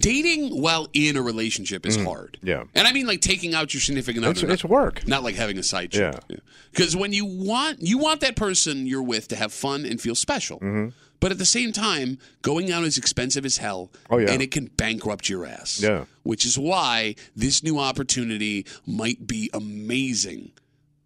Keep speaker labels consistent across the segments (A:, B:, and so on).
A: dating while in a relationship is hard.
B: Mm. yeah.
A: And I mean like taking out your significant
B: It's,
A: other. not-
B: it's work.
A: Not like having a side
B: Yeah.
A: chick. Because when you want you want that person you're with to have fun and feel special.
B: Mm-hmm.
A: But at the same time, going out is expensive as hell.
B: Oh, yeah.
A: And it can bankrupt your ass.
B: Yeah.
A: Which is why this new opportunity might be amazing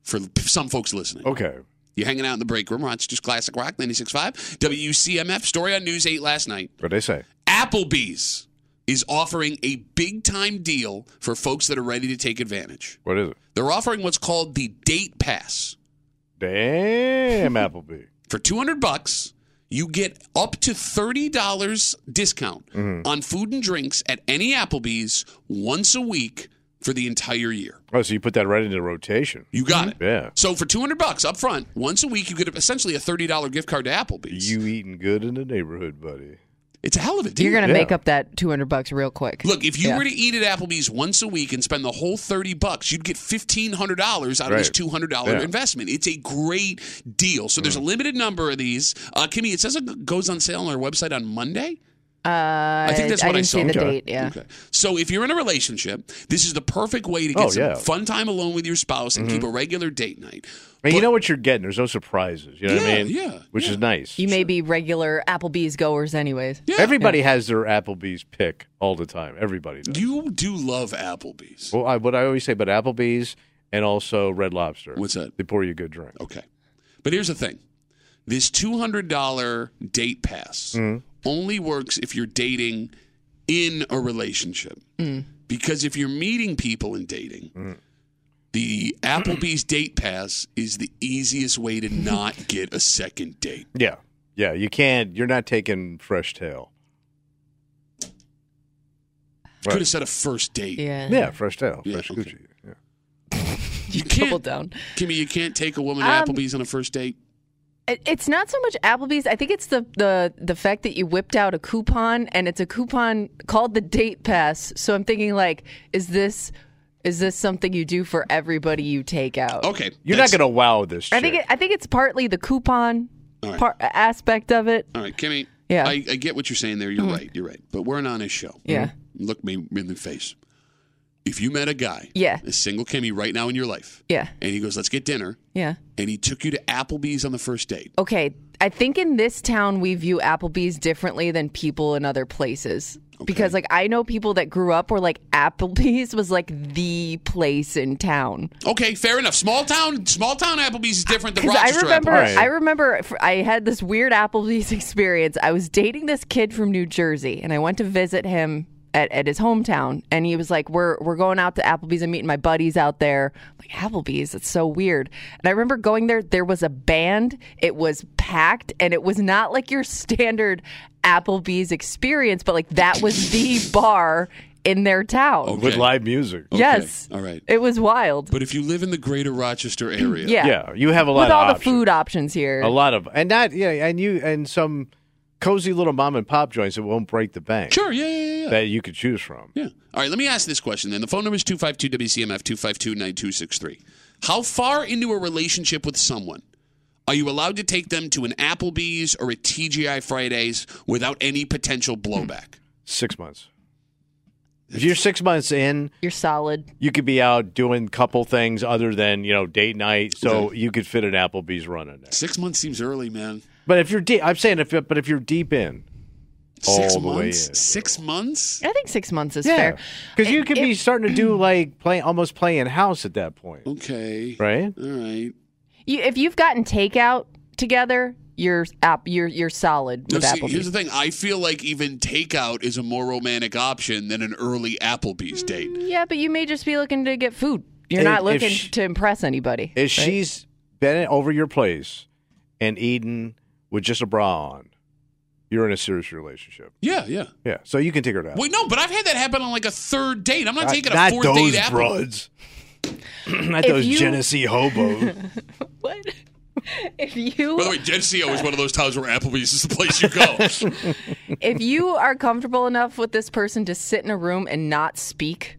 A: for some folks listening.
B: Okay.
A: You're hanging out in the break room, Rochester's Classic Rock 96.5, WCMF, story on News 8 last night.
B: What they say?
A: Applebee's is offering a big time deal for folks that are ready to take advantage.
B: What is it?
A: They're offering what's called the date pass.
B: Damn, Applebee.
A: For 200 bucks, you get up to $30 discount
B: Mm-hmm.
A: on food and drinks at any Applebee's once a week for the entire year.
B: Oh, so you put that right into rotation.
A: You got it.
B: Mm-hmm. Yeah.
A: So for 200 bucks up front, once a week you get essentially a $30 gift card to Applebee's.
B: You eating good in the neighborhood, buddy.
A: it's a hell of a deal.
C: You're gonna
B: Yeah.
C: make up that 200 bucks real quick.
A: Look, if you
C: Yeah.
A: were to eat at Applebee's once a week and spend the whole thirty bucks, you'd get fifteen hundred dollars out of this
B: Right.
A: two hundred dollar
B: Yeah. Mm.
A: investment. It's a great deal. So there's a limited number of these. Uh, Kimmy, it says it goes on sale on our website on Monday.
C: uh, I
A: think that's what I
C: didn't
A: saw.
C: see the
B: Okay.
C: date. Yeah,
A: Okay. So if you're in a relationship, this is the perfect way to get
B: Oh,
A: some
B: yeah. Mm-hmm.
A: fun time alone with your spouse and keep a regular date night.
B: And
A: But-
B: you know what you're getting. There's no surprises. You know what
A: Yeah,
B: I mean?
A: yeah,
B: Which
A: yeah.
B: is nice.
C: you may be regular Applebee's goers, anyways.
A: Yeah.
B: Everybody has their Applebee's pick all the time. Everybody does.
A: You do love Applebee's.
B: well, I, what I always say about Applebee's and also Red Lobster.
A: What's that?
B: They pour you a good drink.
A: Okay. But here's the thing this $200 date pass
C: Mm-hmm.
A: only works if you're dating in a relationship.
C: Mm.
A: Because if you're meeting people and dating, the Applebee's date pass is the easiest way to not get a second date.
B: Yeah. Yeah. You can't. You're not taking fresh tail.
A: Could have said a first date.
C: Yeah,
B: Yeah, fresh tail.
A: Yeah,
B: fresh
A: okay.
B: Gucci. Yeah.
A: You
C: double
A: can't,
C: down.
A: Kimmy, you can't take a woman to
C: Um,
A: Applebee's on a first date.
C: It- It's not so much Applebee's. I think it's the the the fact that you whipped out a coupon, and it's a coupon called the Date Pass. So I'm thinking, like, is this is this something you do for everybody you take out?
A: Okay.
B: You're
A: that's-
B: not going to wow this chick.
C: I think it, I think it's partly the coupon
A: All right.
C: part, aspect of it.
A: All right, Kimmy.
C: Yeah. Mm-hmm.
A: I, I get what you're saying there. You're right. You're right. But we're an honest show. Mm-hmm.
C: Yeah.
A: Look me in the face. If you met a guy,
C: Yeah.
A: a single Kimmy right now in your life,
C: Yeah,
A: and he goes, let's get dinner,
C: yeah.
A: and he took you to Applebee's on the first date.
C: okay, I think in this town we view Applebee's differently than people in other places. Because like I know people that grew up where like Applebee's was like the place in town.
A: Okay, fair enough. Small town, small town Applebee's is different than
C: Because Uh, I
A: Rochester
C: remember,
A: Applebee's.
B: Right.
C: I remember, f- I had this weird Applebee's experience. I was dating this kid from New Jersey, and I went to visit him at, at his hometown. And he was like, "We're we're going out to Applebee's. I'm meeting my buddies out there." I'm like Applebee's, it's so weird. And I remember going there. There was a band. It was packed, and it was not like your standard Applebee's experience, but like that was the bar in their town.
A: Oh, Okay.
B: With live music.
C: Yes,
A: All right.
C: it was wild.
A: But if you live in the greater Rochester area,
C: yeah.
B: Yeah, you have a lot
C: With
B: of
C: all the
B: options.
C: food options here.
B: a lot of, and that yeah, and you and some cozy little mom and pop joints that won't break the bank
A: sure, yeah, yeah, yeah.
B: that you could choose from.
A: Yeah. All right, let me ask this question then. The phone number is 252 WCMF 252 9263. How far into a relationship with someone are you allowed to take them to an Applebee's or a TGI Fridays without any potential blowback?
B: Six months. If you're six months in,
C: You're solid.
B: you could be out doing couple things other than you know date night, so you could fit an Applebee's run in there.
A: Six months seems early, man.
B: But if you're deep, I'm saying if but if you're deep in,
A: Six
B: All the way
A: months.
B: in.
A: Six months.
C: I think six months is fair.
B: because you
C: It-
B: could
C: it-
B: be starting to do like play almost playing house at that point,
A: Okay.
B: right?
A: All right.
C: You, if you've gotten takeout together, you're app, you're you're solid
A: No,
C: with
A: see, here's
C: Applebee's.
A: the thing. I feel like even takeout is a more romantic option than an early Applebee's date.
C: yeah, but you may just be looking to get food. You're
B: If-
C: not
B: if
C: looking
B: she-
C: to impress anybody.
B: If
C: right?
B: she's been over your place and eating with just a bra on, you're in a serious relationship.
A: Yeah, yeah.
B: Yeah, so you can take her down.
A: Wait, no, but I've had that happen on like a third date. I'm not, taking a
B: not
A: fourth
B: those
A: date Apple.
B: broads. not
C: If
B: those
C: you-
B: Genesee hobos.
C: what? if
A: By the
C: you
A: way, Geneseo is one of those times where Applebee's is the place you go.
C: if you are comfortable enough with this person to sit in a room and not speak,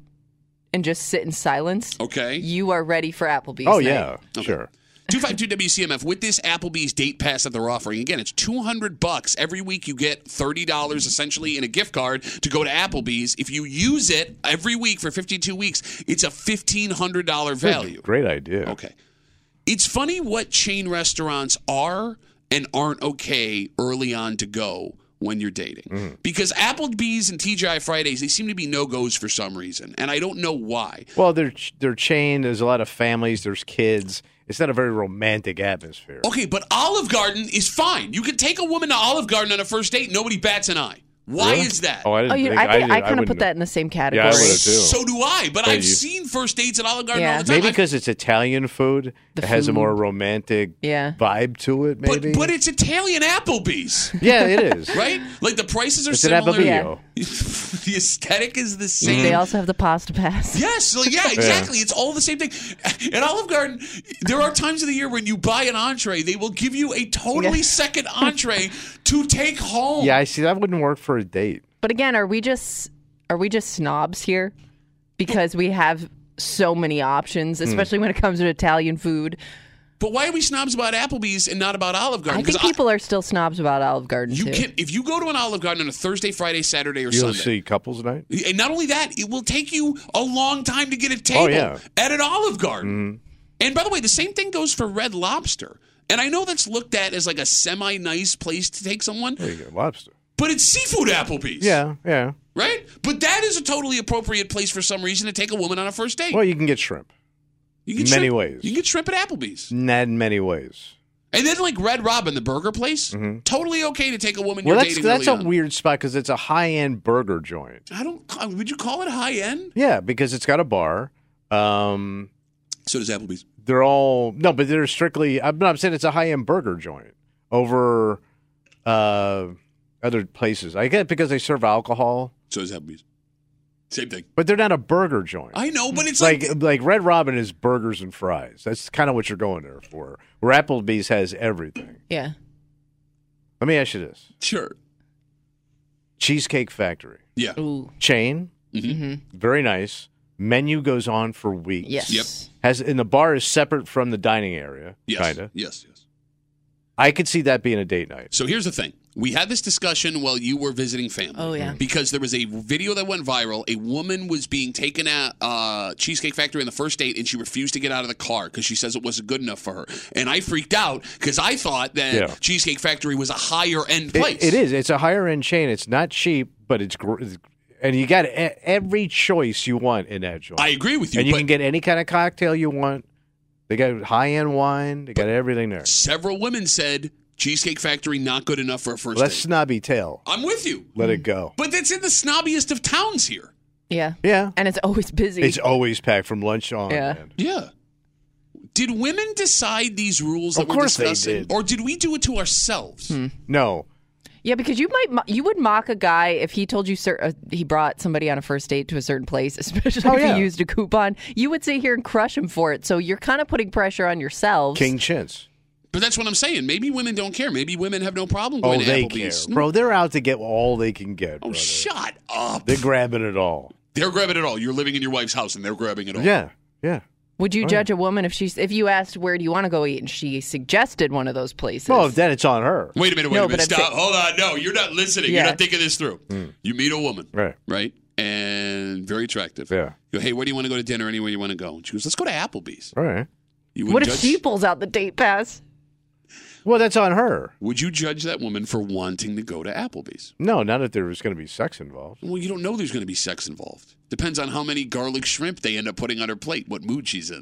C: and just sit in silence,
A: okay.
C: you are ready for Applebee's.
B: oh
C: night.
B: yeah, sure.
A: 252 WCMF with this Applebee's date pass that they're offering. Again, it's 200 bucks every week you get $30 essentially in a gift card to go to Applebee's. If you use it every week for 52 weeks, it's a $1500 value.
B: Great idea.
A: Okay. It's funny what chain restaurants are and aren't okay early on to go when you're dating. Because Applebee's and TGI Fridays, they seem to be no goes for some reason. And I don't know why.
B: Well, they're they're chained. There's a lot of families. There's kids. It's not a very romantic atmosphere.
A: Okay, but Olive Garden is fine. You can take a woman to Olive Garden on a first date, nobody bats an eye. Why
B: Really?
A: is that?
B: Oh, I
C: Oh,
B: didn't.
C: you,
B: think,
C: I, think, I, kind of
B: wouldn't
C: put
B: know.
C: that in the same
B: I
C: category.
B: would've too.
A: So do I, but
B: Thank
A: I've
B: you.
A: seen first dates at Olive Garden
C: Yeah.
A: all the time.
B: Maybe
A: I've-
B: because it's Italian food,
C: The
B: it has a more
C: food.
B: romantic
C: Yeah.
B: vibe to it.
A: but,
B: Maybe,
A: but it's Italian Applebee's,
B: yeah, it is.
A: right? Like the prices are
B: It's an
A: similar.
B: Applebee's. Mm-hmm.
C: Yeah.
A: the aesthetic is the same.
C: They also have the pasta pass.
A: Yes, like, yeah, exactly. It's all the same thing. At Olive Garden, there are times of the year when you buy an entree, they will give you a totally
C: Yeah.
A: second entree to take home.
B: Yeah, I see. That wouldn't work for a date.
C: But again, are we just are we just snobs here? Because we have so many options,
A: Hmm.
C: especially when it comes to Italian food.
A: But why are we snobs about Applebee's and not about Olive Garden?
C: I think
A: 'Cause
C: people are still snobs about Olive Garden
A: you
C: too.
A: can if you go to an Olive Garden on a Thursday, Friday, Saturday, or
B: You'll
A: Sunday.
B: see couples night.
A: And not only that, it will take you a long time to get a table
B: Oh, yeah. Mm-hmm.
A: at an Olive Garden. And by the way, the same thing goes for Red Lobster. And I know that's looked at as like a semi nice place to take someone,
B: There you go, lobster.
A: but it's seafood Applebee's.
B: Yeah, yeah.
A: right? But that is a totally appropriate place for some reason to take a woman on a first date.
B: Well, you can get shrimp.
A: you get
B: many
A: shrimp,
B: ways.
A: You can get shrimp at Applebee's,
B: Not in many ways.
A: and then like Red Robin, the burger place, totally okay to take a woman
B: Mm-hmm.
A: you're
B: Well, that's
A: dating.
B: that's
A: early
B: a
A: on.
B: weird spot because it's a high end burger joint.
A: I don't. ca- Would you call it high end?
B: Yeah, because it's got a bar. Um,
A: So does Applebee's.
B: they're all no, but they're strictly. I'm not I'm saying it's a high end burger joint over uh, other places. I get because they serve alcohol,
A: So does Applebee's. Same thing.
B: but they're not a burger joint.
A: I know, but it's like,
B: like like Red Robin is burgers and fries. That's kind of what you're going there for. Where Applebee's has everything.
C: yeah.
B: Let me ask you this:
A: sure,
B: Cheesecake Factory
A: yeah,
C: Ooh.
B: chain,
C: Mhm.
B: very nice. Menu goes on for weeks.
C: Yes.
A: Yep.
B: Has and the bar is separate from the dining area.
A: yes,
B: Kinda.
A: yes, yes.
B: I could see that being a date night.
A: So here's the thing. We had this discussion while you were visiting family.
C: Oh, yeah.
A: Because there was a video that went viral. A woman was being taken at uh, Cheesecake Factory on the first date, and she refused to get out of the car because she says it wasn't good enough for her. And I freaked out because I thought that
B: Yeah.
A: Cheesecake Factory was a higher end
B: It-
A: place.
B: it is. It's a higher end chain. It's not cheap, but it's gr- and you got e- every choice you want in that joint.
A: I agree with you.
B: and you
A: but
B: can get any kind of cocktail you want. They got high end wine. They got everything there.
A: several women said Cheesecake Factory not good enough for a first
B: Well, that's
A: date.
B: snobby tail.
A: I'm with you.
B: Let
C: Mm.
B: it go.
A: But that's in the snobbiest of towns here.
C: Yeah.
B: Yeah.
C: And it's always busy.
B: It's always packed from lunch on.
C: Yeah.
B: man.
A: Yeah. Did women decide these rules that
B: Of
A: we're
B: course they
A: discussing,
B: did.
A: or did we do it to ourselves?
B: No.
C: yeah, because you might mo- you would mock a guy if he told you cer- uh, he brought somebody on a first date to a certain place, especially
B: Oh,
C: if
B: yeah.
C: he used a coupon. You would sit here and crush him for it. So you're kind of putting pressure on yourselves.
B: King Chintz.
A: But that's what I'm saying. Maybe women don't care. Maybe women have no problem
B: Oh,
A: going to
B: they
A: Applebee's.
B: care. Bro, they're out to get all they can get.
A: Oh,
B: brother.
A: shut up.
B: They're grabbing it all.
A: They're grabbing it all. You're living in your wife's house and they're grabbing it all.
B: Yeah. Yeah.
C: Would you
B: Oh,
C: judge a woman if she's if you asked where do you want to go eat and she suggested one of those places?
B: Well, then it's on her.
A: Wait a minute, wait
C: No,
A: a minute.
C: but I'm
A: Stop. Hold on. No, you're not listening. You're
C: Yeah.
A: not thinking this through.
B: Hmm.
A: You meet a woman,
B: Right.
A: right? And very attractive.
B: Yeah.
A: You go, hey, where do you want to go to dinner? Anywhere you want to go? And she goes, let's go to Applebee's.
B: All right.
A: You
C: what
A: wouldn't
C: if
A: judge-
C: she pulls out the date pass?
B: Well, that's on her.
A: Would you judge that woman for wanting to go to Applebee's?
B: No, not if there was going to be sex involved.
A: Well, you don't know there's going to be sex involved. Depends on how many garlic shrimp they end up putting on her plate, what mood she's in.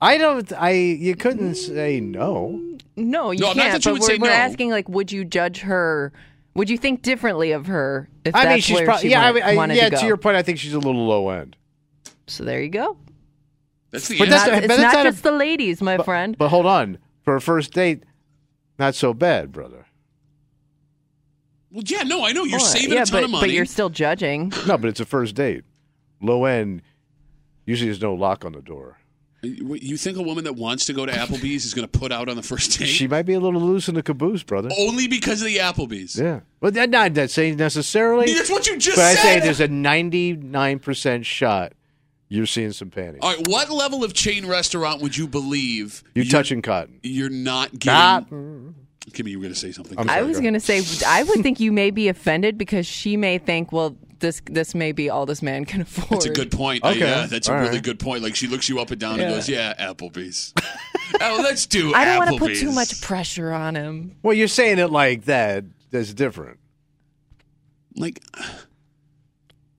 B: I don't. I you couldn't say no.
C: No, you
A: No, not
C: can't.
A: that you
C: but
A: would
C: we're,
A: say
C: we're
A: no.
C: asking, like, would you judge her? Would you think differently of her if
B: I
C: that's
B: mean, she's
C: where
B: probably
C: she
B: yeah. I,
C: went-
B: mean, I-
C: wanted
B: yeah.
C: to
B: To,
C: go?
B: your point, I think she's a little low end.
C: so there you go.
A: That's the
B: But
A: answer.
B: that's-
C: Not- it's
B: but
C: not
B: not a-
C: just the ladies, my
B: But-
C: friend.
B: But hold on, for a first date, not so bad, brother.
A: well, yeah, no, I know. You're
C: All right.
A: saving
C: yeah,
A: a ton
C: but,
A: of
C: but
A: money.
C: you're still judging.
B: No, but it's a first date. Low end. Usually, there's no lock on the door.
A: You you think a woman that wants to go to Applebee's is going to put out on the first date?
B: She might be a little loose in the caboose, brother.
A: Only because of the Applebee's.
B: Yeah, but that, not that saying necessarily.
A: That's what you just
B: But I say
A: said.
B: there's a 99 percent shot you're seeing some panties.
A: All right, what level of chain restaurant would you believe
B: You touching cotton?
A: You're not getting.
B: Not.
A: Kimmy, you were going to say something.
B: I'm
C: I
B: sorry,
C: was
B: go
C: gonna say I would think you may be offended because she may think, well, this this may be all this man can afford.
A: That's a good point. Okay.
B: Okay.
A: yeah, that's a
B: All
A: really
B: right.
A: good point. Like she looks you up and down and
B: Yeah.
A: goes, "Yeah, Applebee's." oh, let's do.
C: I don't want to put
A: Applebee's.
C: too much pressure on him.
B: Well, you're saying it like that. That's different.
A: Like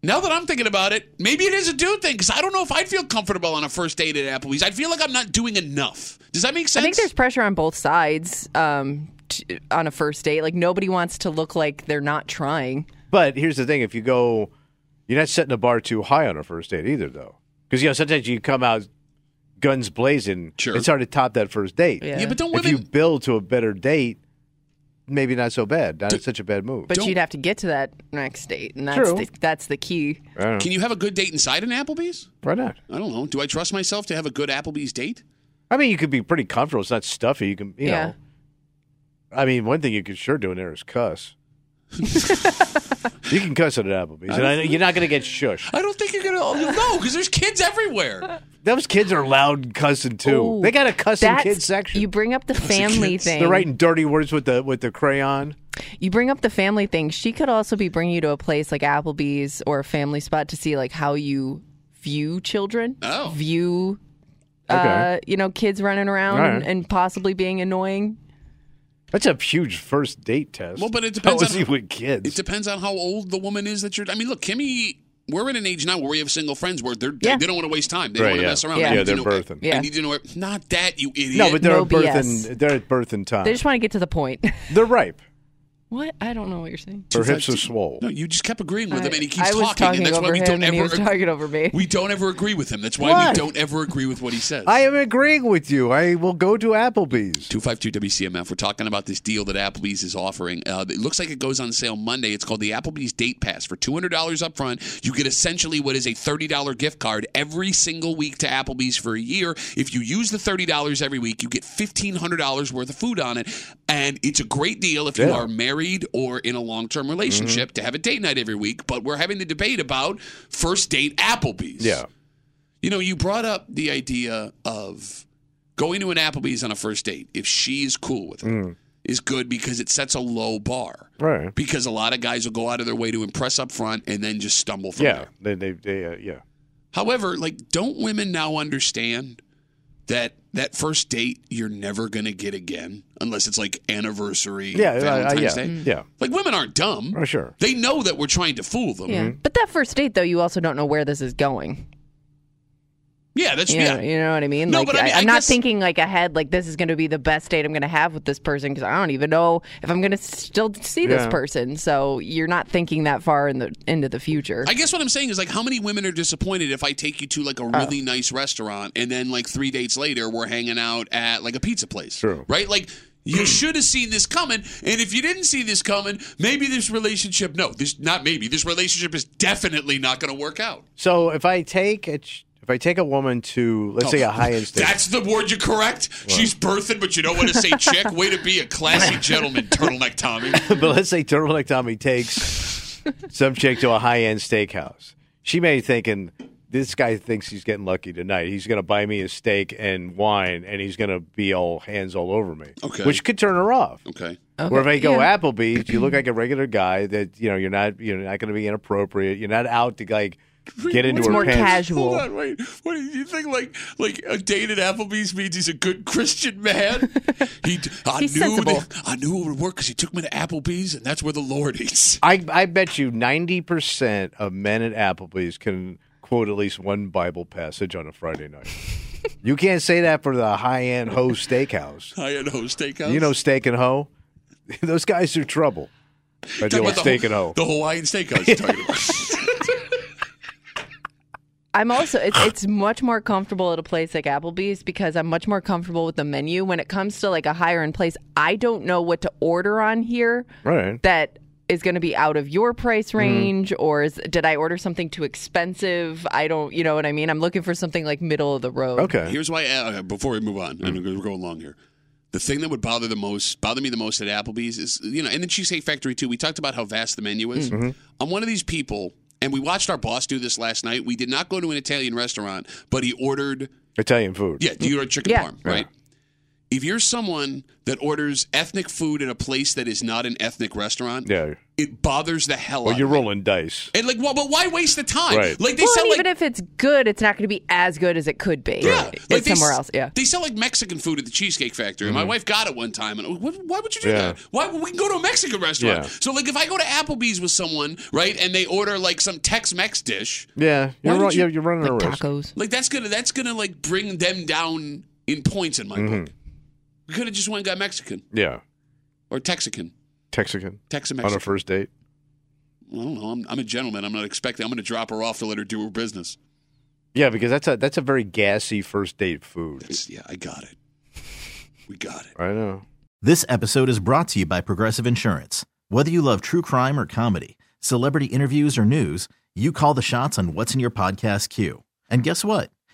A: now that I'm thinking about it, maybe it is a dude thing because I don't know if I'd feel comfortable on a first date at Applebee's. I feel like I'm not doing enough. Does that make sense?
C: I think there's pressure on both sides um, t- on a first date. Like nobody wants to look like they're not trying.
B: But here's the thing: if you go, you're not setting the bar too high on a first date either, though, because you know sometimes you come out guns blazing.
A: Sure.
B: It's hard to top that first date.
C: Yeah.
A: yeah, but don't
B: If
A: women?
B: you build to a better date, maybe not so bad. Not such a bad move.
C: But
A: Don't-
C: you'd have to get to that next date, and that's
B: True.
C: the, that's the key.
B: I don't know.
A: Can you have a good date inside an Applebee's?
B: Why not?
A: I don't know. Do I trust myself to have a good Applebee's date?
B: I mean, you could be pretty comfortable. It's not stuffy. You can, you
C: Yeah.
B: know. I mean, one thing you could sure do in there is cuss. you can cuss at an Applebee's, and I, you're not going to get shushed.
A: I don't think you're gonna. No, because there's kids everywhere.
B: Those kids are loud and cussing too.
C: Ooh,
B: they got a cussing
C: that's-
B: kid section.
C: You bring up the family
A: kids.
C: thing.
B: They're writing dirty words with the with the crayon.
C: You bring up the family thing. She could also be bringing you to a place like Applebee's or a family spot to see like how you view children,
A: Oh.
C: view, uh,
B: Okay.
C: you know, kids running around
B: All right.
C: and, and possibly being annoying.
B: That's a huge first date test.
A: Well, but it
B: How
A: depends
B: is
A: on-
B: he with kids?
A: It depends on how old the woman is that you're. I mean, look, Kimmy, we're at an age now where we have single friends where they're,
C: Yeah.
A: they don't want to waste time. They
B: Right,
A: don't want to
B: yeah.
A: mess around.
C: Yeah.
A: I need
C: Yeah,
A: to
B: they're
A: know-
B: birthing.
A: I
C: Yeah.
A: need to know. Not that you idiot.
B: no, but they're
C: No
B: at birth
C: BS.
B: and they're at birth and time.
C: They just want to get to the point.
B: They're ripe.
C: what? I don't know what you're saying.
B: Her hips are swole.
A: No, you just kept agreeing with
C: I,
A: him, and he keeps
C: I was
A: talking, and that's
C: over
A: why we
C: him,
A: don't
C: and he
A: ever.
C: was talking over me.
A: We don't ever agree with him. That's why we
B: What?
A: don't ever agree with what he says.
B: I am agreeing with you. I will go to Applebee's.
A: 252 WCMF. We're talking about this deal that Applebee's is offering. Uh, it looks like it goes on sale Monday. It's called the Applebee's Date Pass. For $200 up front, you get essentially what is a $30 gift card every single week to Applebee's for a year. If you use the $30 every week, you get $1,500 worth of food on it. And it's a great deal if you
B: Yeah. Mm-hmm.
A: are married or in a long term relationship to have a date night every week. But we're having the debate about first date Applebee's.
B: Yeah.
A: You know, you brought up the idea of going to an Applebee's on a first date, if she's cool with it, is
B: Mm.
A: good because it sets a low bar.
B: Right.
A: Because a lot of guys will go out of their way to impress up front and then just stumble from
B: Yeah.
A: there.
B: They they, they uh, yeah.
A: However, like, don't women now understand that that first date you're never going to get again unless it's like anniversary
B: Yeah. uh, uh,
A: Valentine's
B: yeah.
A: Day?
B: Yeah.
A: Like, women aren't dumb.
B: Oh, sure.
A: They know that we're trying to fool them.
C: yeah. But that first date, though, you also don't know where this is going.
A: Yeah, that's
C: You,
A: yeah.
C: know, you know what I mean?
A: No,
C: like,
A: but I mean,
C: am
A: I
C: not
A: guess-
C: thinking like ahead, like this is going to be the best date I'm going to have with this person because I don't even know if I'm going to still see this
B: Yeah.
C: person. So you're not thinking that far in the into the future.
A: I guess what I'm saying is like how many women are disappointed if I take you to like a really nice restaurant and then like three dates later we're hanging out at like a pizza place.
B: True.
A: Right? Like you should have seen this coming, and if you didn't see this coming, maybe this relationship no, this not maybe, this relationship is definitely not gonna work out.
B: So if I take a ch- if I take a woman to let's say a high end state,
A: That's the word you correct. She's birthing, but you don't want to say chick. Way to be a classy gentleman, turtleneck Tommy.
B: but let's say Turtleneck Tommy takes some chick to a high end steakhouse. She may be thinking this guy thinks he's getting lucky tonight. He's going to buy me a steak and wine, and he's going to be all hands all over me.
A: Okay.
B: which could turn her off.
A: Okay.
B: Where if I go
C: yeah.
B: Applebee's, you look like a regular guy that you know you're not you're not going to be inappropriate. You're not out to like get into
C: It's
B: her
C: more
B: pants.
C: casual.
A: Hold on, wait. What do you think? Like, like a date at Applebee's means he's a good Christian man. He, I
C: He's
A: knew,
C: sensible.
A: that- I knew it would work because he took me to Applebee's, and that's where the Lord eats.
B: I, I bet you 90% of men at Applebee's can quote at least one Bible passage on a Friday night. you can't say that for the high end hoe steakhouse.
A: I had no steakhouse.
B: You know, steak and hoe? Those guys are trouble. I
A: Talking
B: deal with
A: about
B: steak
A: the,
B: and hoe.
A: The Hawaiian steakhouse. You're talking about.
C: I'm also it's it's much more comfortable at a place like Applebee's because I'm much more comfortable with the menu. When it comes to like a higher end place, I don't know what to order on here
B: Right.
C: that is going to be out of your price range or is, did I order something too expensive? I don't, you know what I mean? I'm looking for something like middle of the road.
B: Okay.
A: Here's why. Uh, before we move on, and we're going along here. The thing that would bother the most, bother me the most at Applebee's is you know, and the Cheesecake Factory too. We talked about how vast the menu is.
B: Mm-hmm.
A: I'm one of these people, and we watched our boss do this last night. We did not go to an Italian restaurant, but he ordered.
B: Italian food.
A: Yeah, do you order chicken
C: Yeah.
A: parm, right? If you're someone that orders ethnic food at a place that is not an ethnic restaurant,
B: Yeah.
A: it bothers the hell out
B: Well, you're
A: of me.
B: rolling dice.
A: And like, well, but why waste the time?
B: Right.
A: Like they
C: Well,
A: sell
C: and
A: like
C: even if it's good, it's not going to be as good as it could be.
A: yeah,
C: It's
A: like they
C: somewhere
A: s-
C: else. Yeah.
A: they sell like Mexican food at the Cheesecake Factory. My wife got it one time, and I was, what, why would you do
B: Mm-hmm. Yeah.
A: that? Why we can go to a Mexican restaurant?
B: Yeah.
A: So like, if I go to Applebee's with someone, right, and they order like some Tex-Mex dish,
B: Yeah.
A: Why
B: You're,
A: did
B: ru-
A: you-
B: you're, you're running
C: Like
B: a risk.
C: tacos.
A: like that's gonna that's gonna like bring them down in points in my
B: Mm-hmm.
A: book. We could have just went and got Mexican
B: Yeah.
A: or Texican,
B: Texican.
A: Tex-Mex.
B: On a first date.
A: I don't know. I'm, I'm a gentleman. I'm not expecting. I'm going to drop her off to let her do her business.
B: Yeah, because that's a that's a very gassy first date food.
A: It's- yeah, I got it. We got it.
B: I know.
D: This episode is brought to you by Progressive Insurance. Whether you love true crime or comedy, celebrity interviews or news, you call the shots on what's in your podcast queue. And guess what?